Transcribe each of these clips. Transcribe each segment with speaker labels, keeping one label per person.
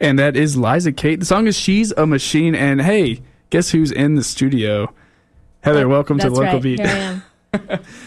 Speaker 1: and that is Liza Kate. The song is She's a Machine, and hey, guess who's in the studio? Heather, welcome to
Speaker 2: Oh, That's
Speaker 1: Local
Speaker 2: right.
Speaker 1: Beat.
Speaker 2: Here I am.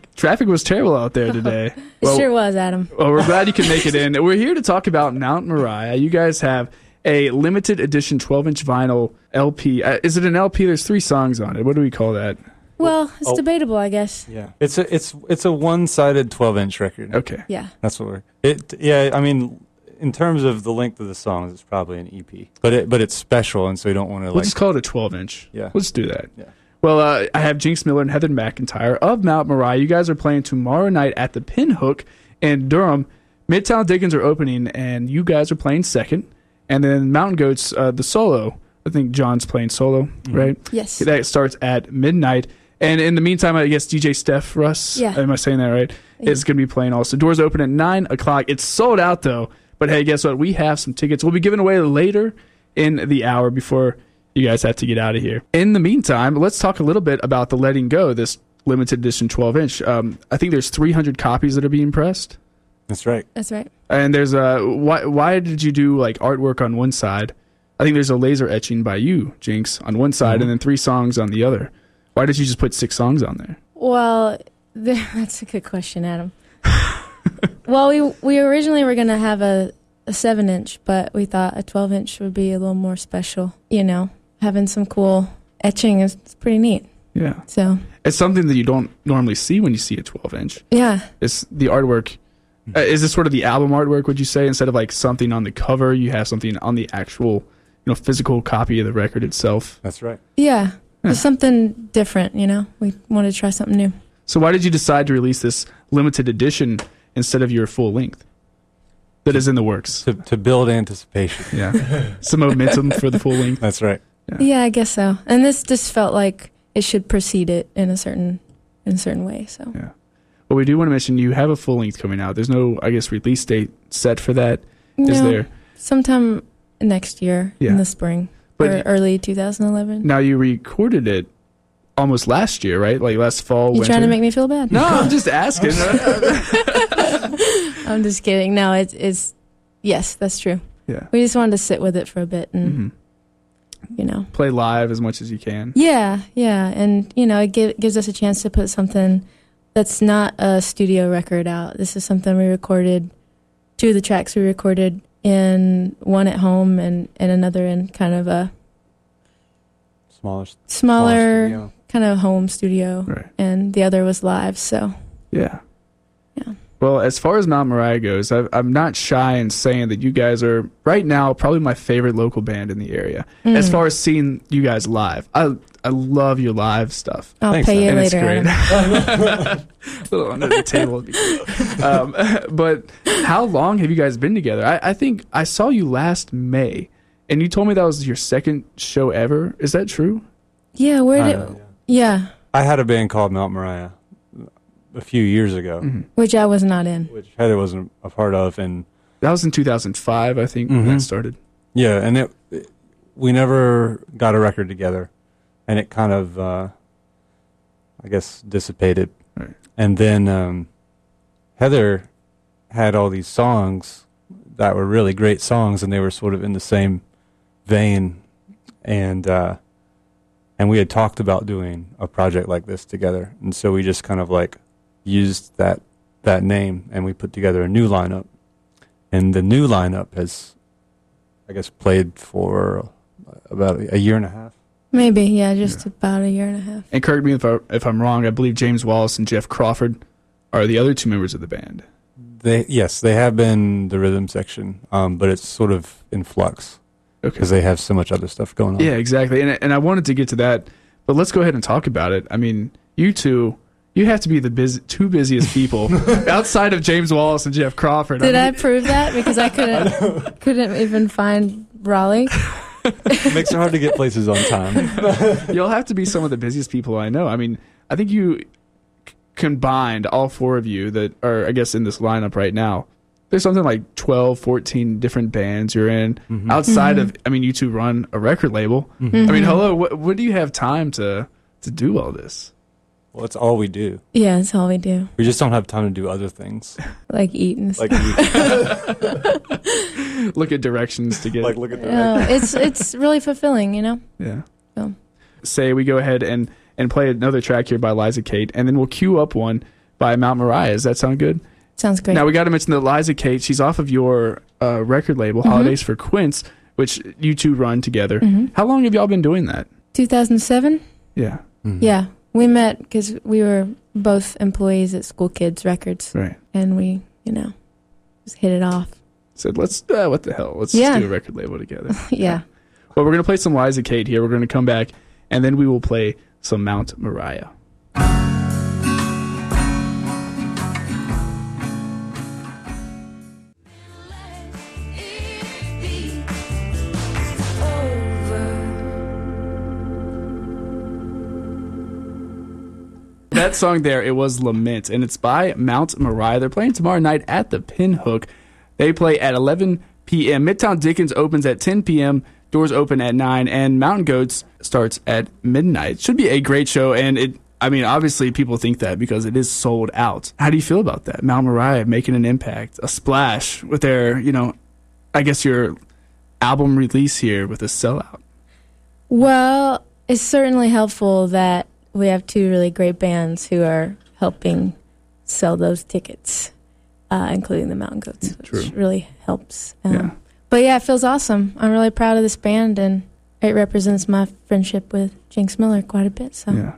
Speaker 1: Traffic was terrible out there today.
Speaker 2: It sure was, Adam.
Speaker 1: Well, we're glad you can make it in. We're here to talk about Mount Moriah. You guys have a limited edition 12 inch vinyl LP. Uh, is it an LP? There's three songs on it. What do we call that?
Speaker 2: Well, it's
Speaker 3: oh.
Speaker 2: debatable, I guess.
Speaker 3: Yeah, it's a it's it's a one-sided 12-inch record.
Speaker 1: Okay.
Speaker 2: Yeah.
Speaker 3: That's what we're. It yeah, I mean, in terms of the length of the songs, it's probably an EP, but it but it's special, and so you don't want to
Speaker 1: We'll
Speaker 3: like.
Speaker 1: just call it a 12 inch.
Speaker 3: Yeah.
Speaker 1: Let's do that.
Speaker 3: Yeah.
Speaker 1: Well, uh, I have Jinx Miller and Heather McIntyre of Mount Moriah. You guys are playing tomorrow night at the Pinhook in Durham. Midtown Dickens are opening, and you guys are playing second. And then Mountain Goats, uh, the solo. I think John's playing solo,
Speaker 3: Mm-hmm.
Speaker 1: right?
Speaker 2: Yes.
Speaker 1: That starts at midnight. And in the meantime, I guess DJ Steph Russ,
Speaker 2: Yeah.
Speaker 1: am I saying that right? Is going to be playing also. Doors open at 9 o'clock. It's sold out, though. But hey, guess what? We have some tickets. We'll be giving away later in the hour before you guys have to get out of here. In the meantime, let's talk a little bit about the Letting Go, this limited edition 12 inch. Um, I think there's 300 copies that are being pressed.
Speaker 3: that's right.
Speaker 2: That's right.
Speaker 1: And there's a why? Why did you do like artwork on one side? I think there's a laser etching by you, Jinx, on one side, and then three songs on the other. Why did you just put six songs on there?
Speaker 2: Well, th- that's a good question, Adam. well, we we originally were gonna have a, a seven inch, but we thought a twelve inch would be a little more special. You know, having some cool etching is it's pretty neat.
Speaker 1: Yeah,
Speaker 2: So
Speaker 1: it's something that you don't normally see when you see a 12 inch.
Speaker 2: yeah,
Speaker 1: It's the artwork. Uh, is this sort of the album artwork? Would you say instead of like something on the cover, you have something on the actual, you know, physical copy of the record itself?
Speaker 3: That's right.
Speaker 2: yeah, it's something different. You know, we wanted to try something new.
Speaker 1: So why did you decide to release this limited edition instead of your full length that is in the works?
Speaker 3: To to build anticipation.
Speaker 1: Yeah. Some momentum for the full length.
Speaker 3: That's right.
Speaker 2: Yeah, I guess so. And this just felt like it should precede it in a certain in a certain way. So
Speaker 1: Yeah. Well, we do want to mention you have a full length coming out. There's no, I guess, release date set for that, is
Speaker 2: No,
Speaker 1: there?
Speaker 2: sometime next year
Speaker 1: Yeah.
Speaker 2: in the spring
Speaker 1: But
Speaker 2: or
Speaker 1: y-
Speaker 2: early 2011.
Speaker 1: Now you recorded it almost last year, right? Like last fall.
Speaker 2: You
Speaker 1: winter.
Speaker 2: trying to make me feel bad?
Speaker 1: No, I'm just asking.
Speaker 2: I'm just kidding. No, it's it's yes, that's true.
Speaker 1: yeah.
Speaker 2: We just wanted to sit with it for a bit and
Speaker 1: hmm
Speaker 2: you know.
Speaker 1: Play live as much as you can.
Speaker 2: Yeah, yeah, and you know, it give, gives us a chance to put something that's not a studio record out. This is something we recorded. Two of the tracks we recorded in one at home and and another in kind of a
Speaker 3: Smaller. smaller
Speaker 2: smaller
Speaker 3: studio.
Speaker 2: kind of home studio,
Speaker 1: Right.
Speaker 2: and the other was live. So
Speaker 1: Yeah.
Speaker 2: Yeah.
Speaker 1: Well, as far as Mount Moriah goes, I've, I'm not shy in saying that you guys are right now probably my favorite local band in the area.
Speaker 2: mm. Hmm.
Speaker 1: As far as seeing you guys live, I I love your live stuff.
Speaker 2: I'll
Speaker 3: Thanks,
Speaker 2: pay you
Speaker 1: and
Speaker 2: later.
Speaker 1: it's
Speaker 2: Adam.
Speaker 1: great. Little under the table. um, but how long have you guys been together? I, I think I saw you last May, and you told me that was your second show ever. Is that true?
Speaker 2: Yeah, where
Speaker 3: I
Speaker 2: did?
Speaker 3: don't know.
Speaker 2: yeah,
Speaker 3: I had a band called Mount Moriah a few years ago,
Speaker 1: Mm-hmm.
Speaker 2: which I was not in.
Speaker 3: which Heather wasn't a part of, and
Speaker 1: That was in 2005, I think, when
Speaker 3: Mhm.
Speaker 1: that started.
Speaker 3: yeah, and it, it- we never got a record together, and it kind of uh, I guess dissipated,
Speaker 1: Right.
Speaker 3: and then um, Heather had all these songs that were really great songs, and they were sort of in the same vein, and uh, and we had talked about doing a project like this together, and so we just kind of like used that that name, and we put together a new lineup, and the new lineup has, I guess, played for about a year and a half.
Speaker 2: Maybe yeah, just about a year and a half.
Speaker 1: And correct me if, I, if I'm wrong. I believe James Wallace and Jeff Crawford are the other two members of the band.
Speaker 3: They yes, they have been the rhythm section, um, but it's sort of in flux
Speaker 1: Okay.
Speaker 3: because they have so much other stuff going on.
Speaker 1: Yeah, exactly. And and I wanted to get to that, but let's go ahead and talk about it. I mean, you two, you have to be the busy, two busiest people outside of James Wallace and Jeff Crawford.
Speaker 2: Did I
Speaker 1: mean,
Speaker 2: prove that? Because I couldn't couldn't even find Raleigh.
Speaker 3: makes it hard to get places on time.
Speaker 1: You'll have to be some of the busiest people I know. I mean, I think you c- combined all four of you that are I guess in this lineup right now. There's something like 12, 14 different bands you're in
Speaker 3: Mm-hmm.
Speaker 1: outside of I mean, you two run a record label.
Speaker 2: Mm.
Speaker 1: I mean, hello, what what do you have time to to do all this?
Speaker 3: Well, it's all we do.
Speaker 2: Yeah, that's all we do.
Speaker 3: We just don't have time to do other things.
Speaker 2: Like eating.
Speaker 3: Like we,
Speaker 1: look at directions to get
Speaker 3: like
Speaker 1: it.
Speaker 3: look at the
Speaker 2: No, it's it's really fulfilling, you know.
Speaker 1: Yeah.
Speaker 2: So.
Speaker 1: Say we go ahead and and play another track here by Liza Kate, and then we'll queue up one by Mount Moriah. Does that sound good?
Speaker 2: Sounds great.
Speaker 1: Now we got to mention that Liza Kate, she's off of your uh, record label,
Speaker 2: Mm-hmm.
Speaker 1: Holidays for Quince, which you two run together.
Speaker 2: Mhm.
Speaker 1: How long have y'all been doing that?
Speaker 2: 2007.
Speaker 1: Yeah,
Speaker 3: Mhm.
Speaker 2: Yeah, we met because we were both employees at School Kids Records,
Speaker 1: right.
Speaker 2: and we, you know, just hit it off.
Speaker 1: Said let's uh, what the hell? Let's
Speaker 2: Yeah.
Speaker 1: just do a record label together.
Speaker 2: yeah.
Speaker 1: Well, we're gonna play some Liza Kate here. We're gonna come back, and then we will play some Mount Moriah. That song there, it was Lament, and it's by Mount Moriah. They're playing tomorrow night at the Pinhook. They play at 11 p.m. Midtown Dickens opens at 10 p.m. Doors open at 9, and Mountain Goats starts at midnight. Should be a great show, and it. I mean, obviously, people think that because it is sold out. How do you feel about that? Mount Moriah making an impact, a splash with their, you know, I guess your album release here with a sellout.
Speaker 2: Well, it's certainly helpful that we have two really great bands who are helping sell those tickets, uh, including the Mountain Goats, which
Speaker 1: True.
Speaker 2: really helps. Um,
Speaker 1: Yeah.
Speaker 2: But yeah, it feels awesome. I'm really proud of this band, and it represents my friendship with Jinx Miller quite a bit. So
Speaker 1: Yeah.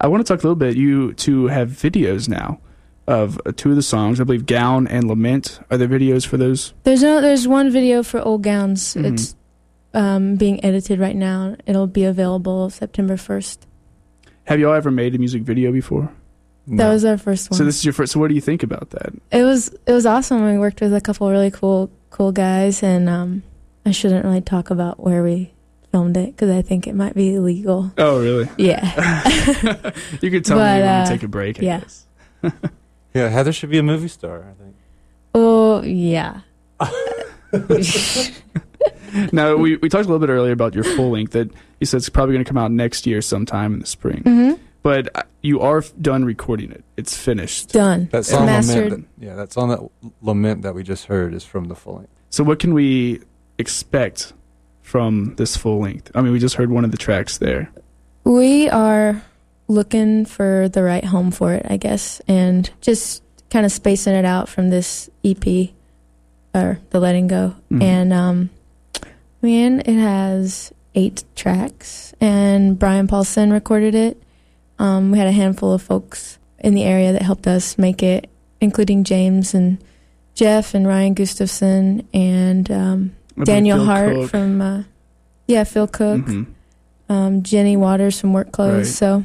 Speaker 1: I want to talk a little bit. You two have videos now of uh, two of the songs. I believe Gown and Lament are the videos for those.
Speaker 2: there's no there's one video for Old Gowns.
Speaker 1: Mhm.
Speaker 2: It's um, being edited right now. It'll be available September 1st.
Speaker 1: Have y'all ever made a music video before?
Speaker 3: Mm-hmm. No.
Speaker 2: That was our first one.
Speaker 1: So this is your first. So what do you think about that?
Speaker 2: it was it was awesome. We worked with a couple really cool cool guys, and um, I shouldn't really talk about where we filmed it because I think it might be illegal.
Speaker 1: Oh, really?
Speaker 2: Yeah,
Speaker 1: You could tell
Speaker 2: But,
Speaker 1: me when
Speaker 2: uh,
Speaker 1: to take a break. I
Speaker 2: yeah.
Speaker 1: guess.
Speaker 3: yeah, Heather should be a movie star. I think.
Speaker 2: oh yeah,
Speaker 1: Now we we talked a little bit earlier about your full length that you said it's probably going to come out next year sometime in the spring.
Speaker 2: Mhm.
Speaker 1: But uh, you are f- done recording it. It's finished.
Speaker 2: done.
Speaker 3: That song
Speaker 2: mastered.
Speaker 3: lament. That, yeah, that song that lament that we just heard is from the full length.
Speaker 1: So what can we expect from this full length? I mean, we just heard one of the tracks there.
Speaker 2: We are looking for the right home for it, I guess, and just kind of spacing it out from this EP or the letting go.
Speaker 1: Mhm.
Speaker 2: And um, man, it has eight tracks, and Brian Paulson recorded it. Um, we had a handful of folks in the area that helped us make it, including James and Jeff and Ryan Gustafson and um,
Speaker 1: What about
Speaker 2: Daniel
Speaker 1: Bill
Speaker 2: Hart
Speaker 1: Cook?
Speaker 2: from uh, yeah Phil Cook
Speaker 1: Mhm.
Speaker 2: um, Jenny Waters from Work
Speaker 1: Right.
Speaker 2: Clothes. So,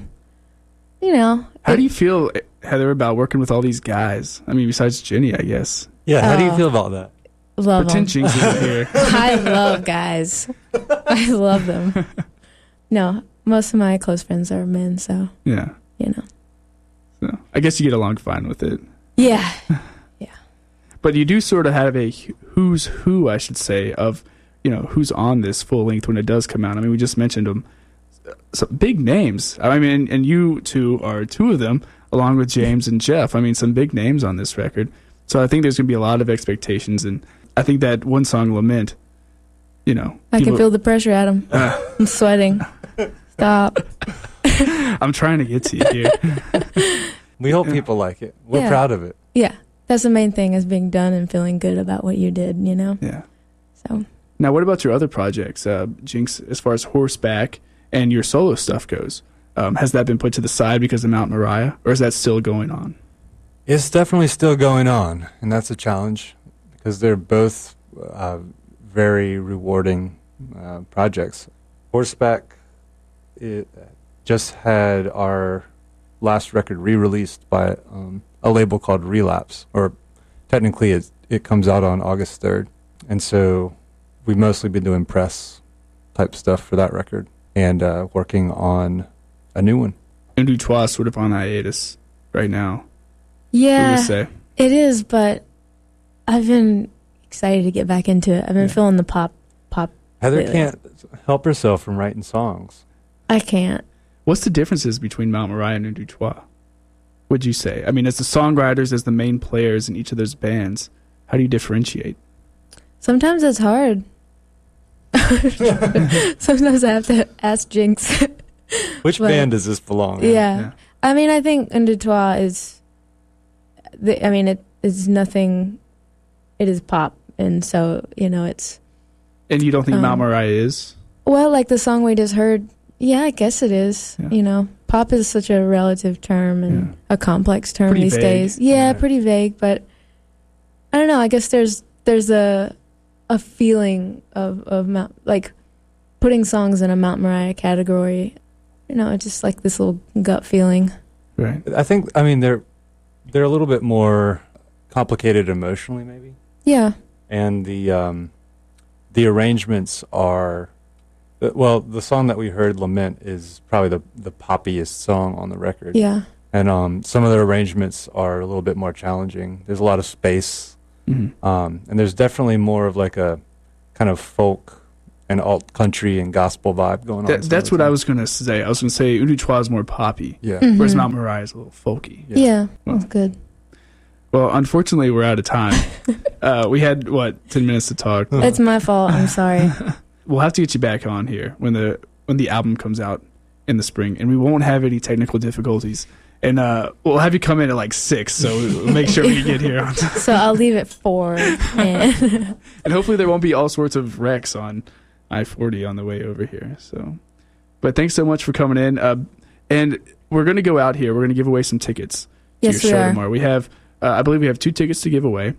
Speaker 2: you know,
Speaker 1: How do
Speaker 2: it-
Speaker 1: you feel, eh, Heather, about working with all these guys? I mean, besides Jenny, I guess.
Speaker 3: Yeah, how do you
Speaker 2: Oh.
Speaker 3: feel about that?
Speaker 2: love them.
Speaker 1: Pretend Jinx is here.
Speaker 2: I love guys. I love them. No, most of my close friends are men, so
Speaker 1: Yeah.
Speaker 2: you know.
Speaker 1: So I guess you get along fine with it.
Speaker 2: Yeah,
Speaker 1: But you do sort of have a who's who, I should say, of, you know, who's on this full length when it does come out. I mean, we just mentioned them. Some big names. I mean, and you two are two of them, along with James and Jeff. I mean, some big names on this record. So I think there's going to be a lot of expectations. And I think that one song, Lament, you know,
Speaker 2: I can
Speaker 1: people-
Speaker 2: feel the pressure, Adam. I'm sweating. Stop.
Speaker 1: I'm trying to get to you here.
Speaker 3: We hope
Speaker 1: Yeah.
Speaker 3: people like it. We're
Speaker 2: Yeah.
Speaker 3: proud of it.
Speaker 2: Yeah, that's the main thing is being done and feeling good about what you did. You know.
Speaker 1: yeah.
Speaker 2: So
Speaker 1: Now, what about your other projects, uh, Jinx? As far as horseback and your solo stuff goes, um, has that been put to the side because of Mount Moriah, or is that still going on?
Speaker 3: It's definitely still going on, and that's a challenge because they're both uh, very rewarding uh, projects. Horseback it uh, just had our last record re-released by um, a label called Relapse, or technically it it comes out on August third, and so we've mostly been doing press type stuff for that record and uh, working on a new one.
Speaker 1: And Dutois sort of on hiatus right now. What would
Speaker 2: yeah,
Speaker 1: you say?
Speaker 2: it is. But I've been excited to get back into it. I've been
Speaker 1: Yeah.
Speaker 2: feeling the pop pop.
Speaker 3: Heather
Speaker 2: Really?
Speaker 3: can't help herself from writing songs.
Speaker 2: I can't.
Speaker 1: What's the differences between Mount Moriah and Dutois? Would you say? I mean, as the songwriters, as the main players in each of those bands, how do you differentiate?
Speaker 2: Sometimes it's hard. Sometimes I have to ask Jinx.
Speaker 3: Which
Speaker 2: But-
Speaker 3: band does this belong? in?
Speaker 2: yeah.
Speaker 1: Oh, yeah.
Speaker 2: I mean, I think Under Trois is. The, I mean, it is nothing. It is pop, and so you know, it's
Speaker 1: And you don't think Mount
Speaker 2: Um,
Speaker 1: Moriah is?
Speaker 2: well, like the song we just heard. Yeah, I guess it is.
Speaker 1: Yeah.
Speaker 2: You know, pop is such a relative term and
Speaker 1: Yeah.
Speaker 2: a complex term
Speaker 1: Pretty
Speaker 2: these
Speaker 1: vague.
Speaker 2: days. Yeah,
Speaker 1: Right.
Speaker 2: pretty vague, but I don't know. I guess there's there's a a feeling of of Mount, like putting songs in a Mount Moriah category. You know, it's just like this little gut feeling.
Speaker 1: Right.
Speaker 3: I think I mean they're they're a little bit more complicated emotionally maybe,
Speaker 2: Yeah.
Speaker 3: and the um, the arrangements are uh, well the song that we heard lament is probably the the poppiest song on the record,
Speaker 2: Yeah.
Speaker 3: and um, some of the arrangements are a little bit more challenging. There's a lot of space,
Speaker 1: Mhm.
Speaker 3: um, and there's definitely more of like a kind of folk and alt country and gospel vibe going on.
Speaker 1: That,
Speaker 3: some
Speaker 1: that's
Speaker 3: of the
Speaker 1: what I
Speaker 3: time.
Speaker 1: was going to say. I was going to say Udu Trois is more poppy,
Speaker 3: Yeah.
Speaker 1: whereas
Speaker 2: Mhm.
Speaker 1: Mount Moriah is a little folky.
Speaker 2: Mm-hmm. Yeah. that's good.
Speaker 1: Well, unfortunately, we're out of time. uh, we had, what, 10 minutes to talk.
Speaker 3: Huh.
Speaker 2: It's my fault. I'm sorry.
Speaker 1: We'll have to get you back on here when the when the album comes out in the spring, and we won't have any technical difficulties. And uh, we'll have you come in at like six, so we'll make sure we get here on time.
Speaker 2: so I'll leave it four. And
Speaker 1: And hopefully, there won't be all sorts of wrecks on I forty on the way over here. So, but thanks so much for coming in. Uh, and we're gonna go out here. We're gonna give away some tickets. to
Speaker 2: yes,
Speaker 1: your
Speaker 2: we
Speaker 1: show
Speaker 2: are.
Speaker 1: tomorrow. We have, uh, I believe, we have two tickets to give away.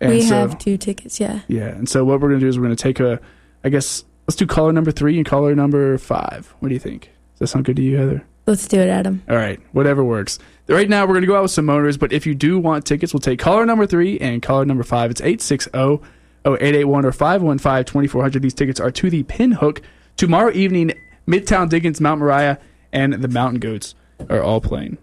Speaker 1: And
Speaker 2: We
Speaker 1: so,
Speaker 2: have two tickets. Yeah.
Speaker 1: yeah. And so what we're gonna do is we're gonna take a, I guess let's do caller number three and caller number five. What do you think? Does that sound good to you, Heather?
Speaker 2: Let's do it, Adam.
Speaker 1: All right, whatever works. Right now, we're gonna go out with some motors, but if you do want tickets, we'll take caller number three and caller number five. It's oh, 860 0881 or 515 2400. These tickets are to the Pinhook tomorrow evening. Midtown Diggins, Mount Moriah, and the Mountain Goats are all playing.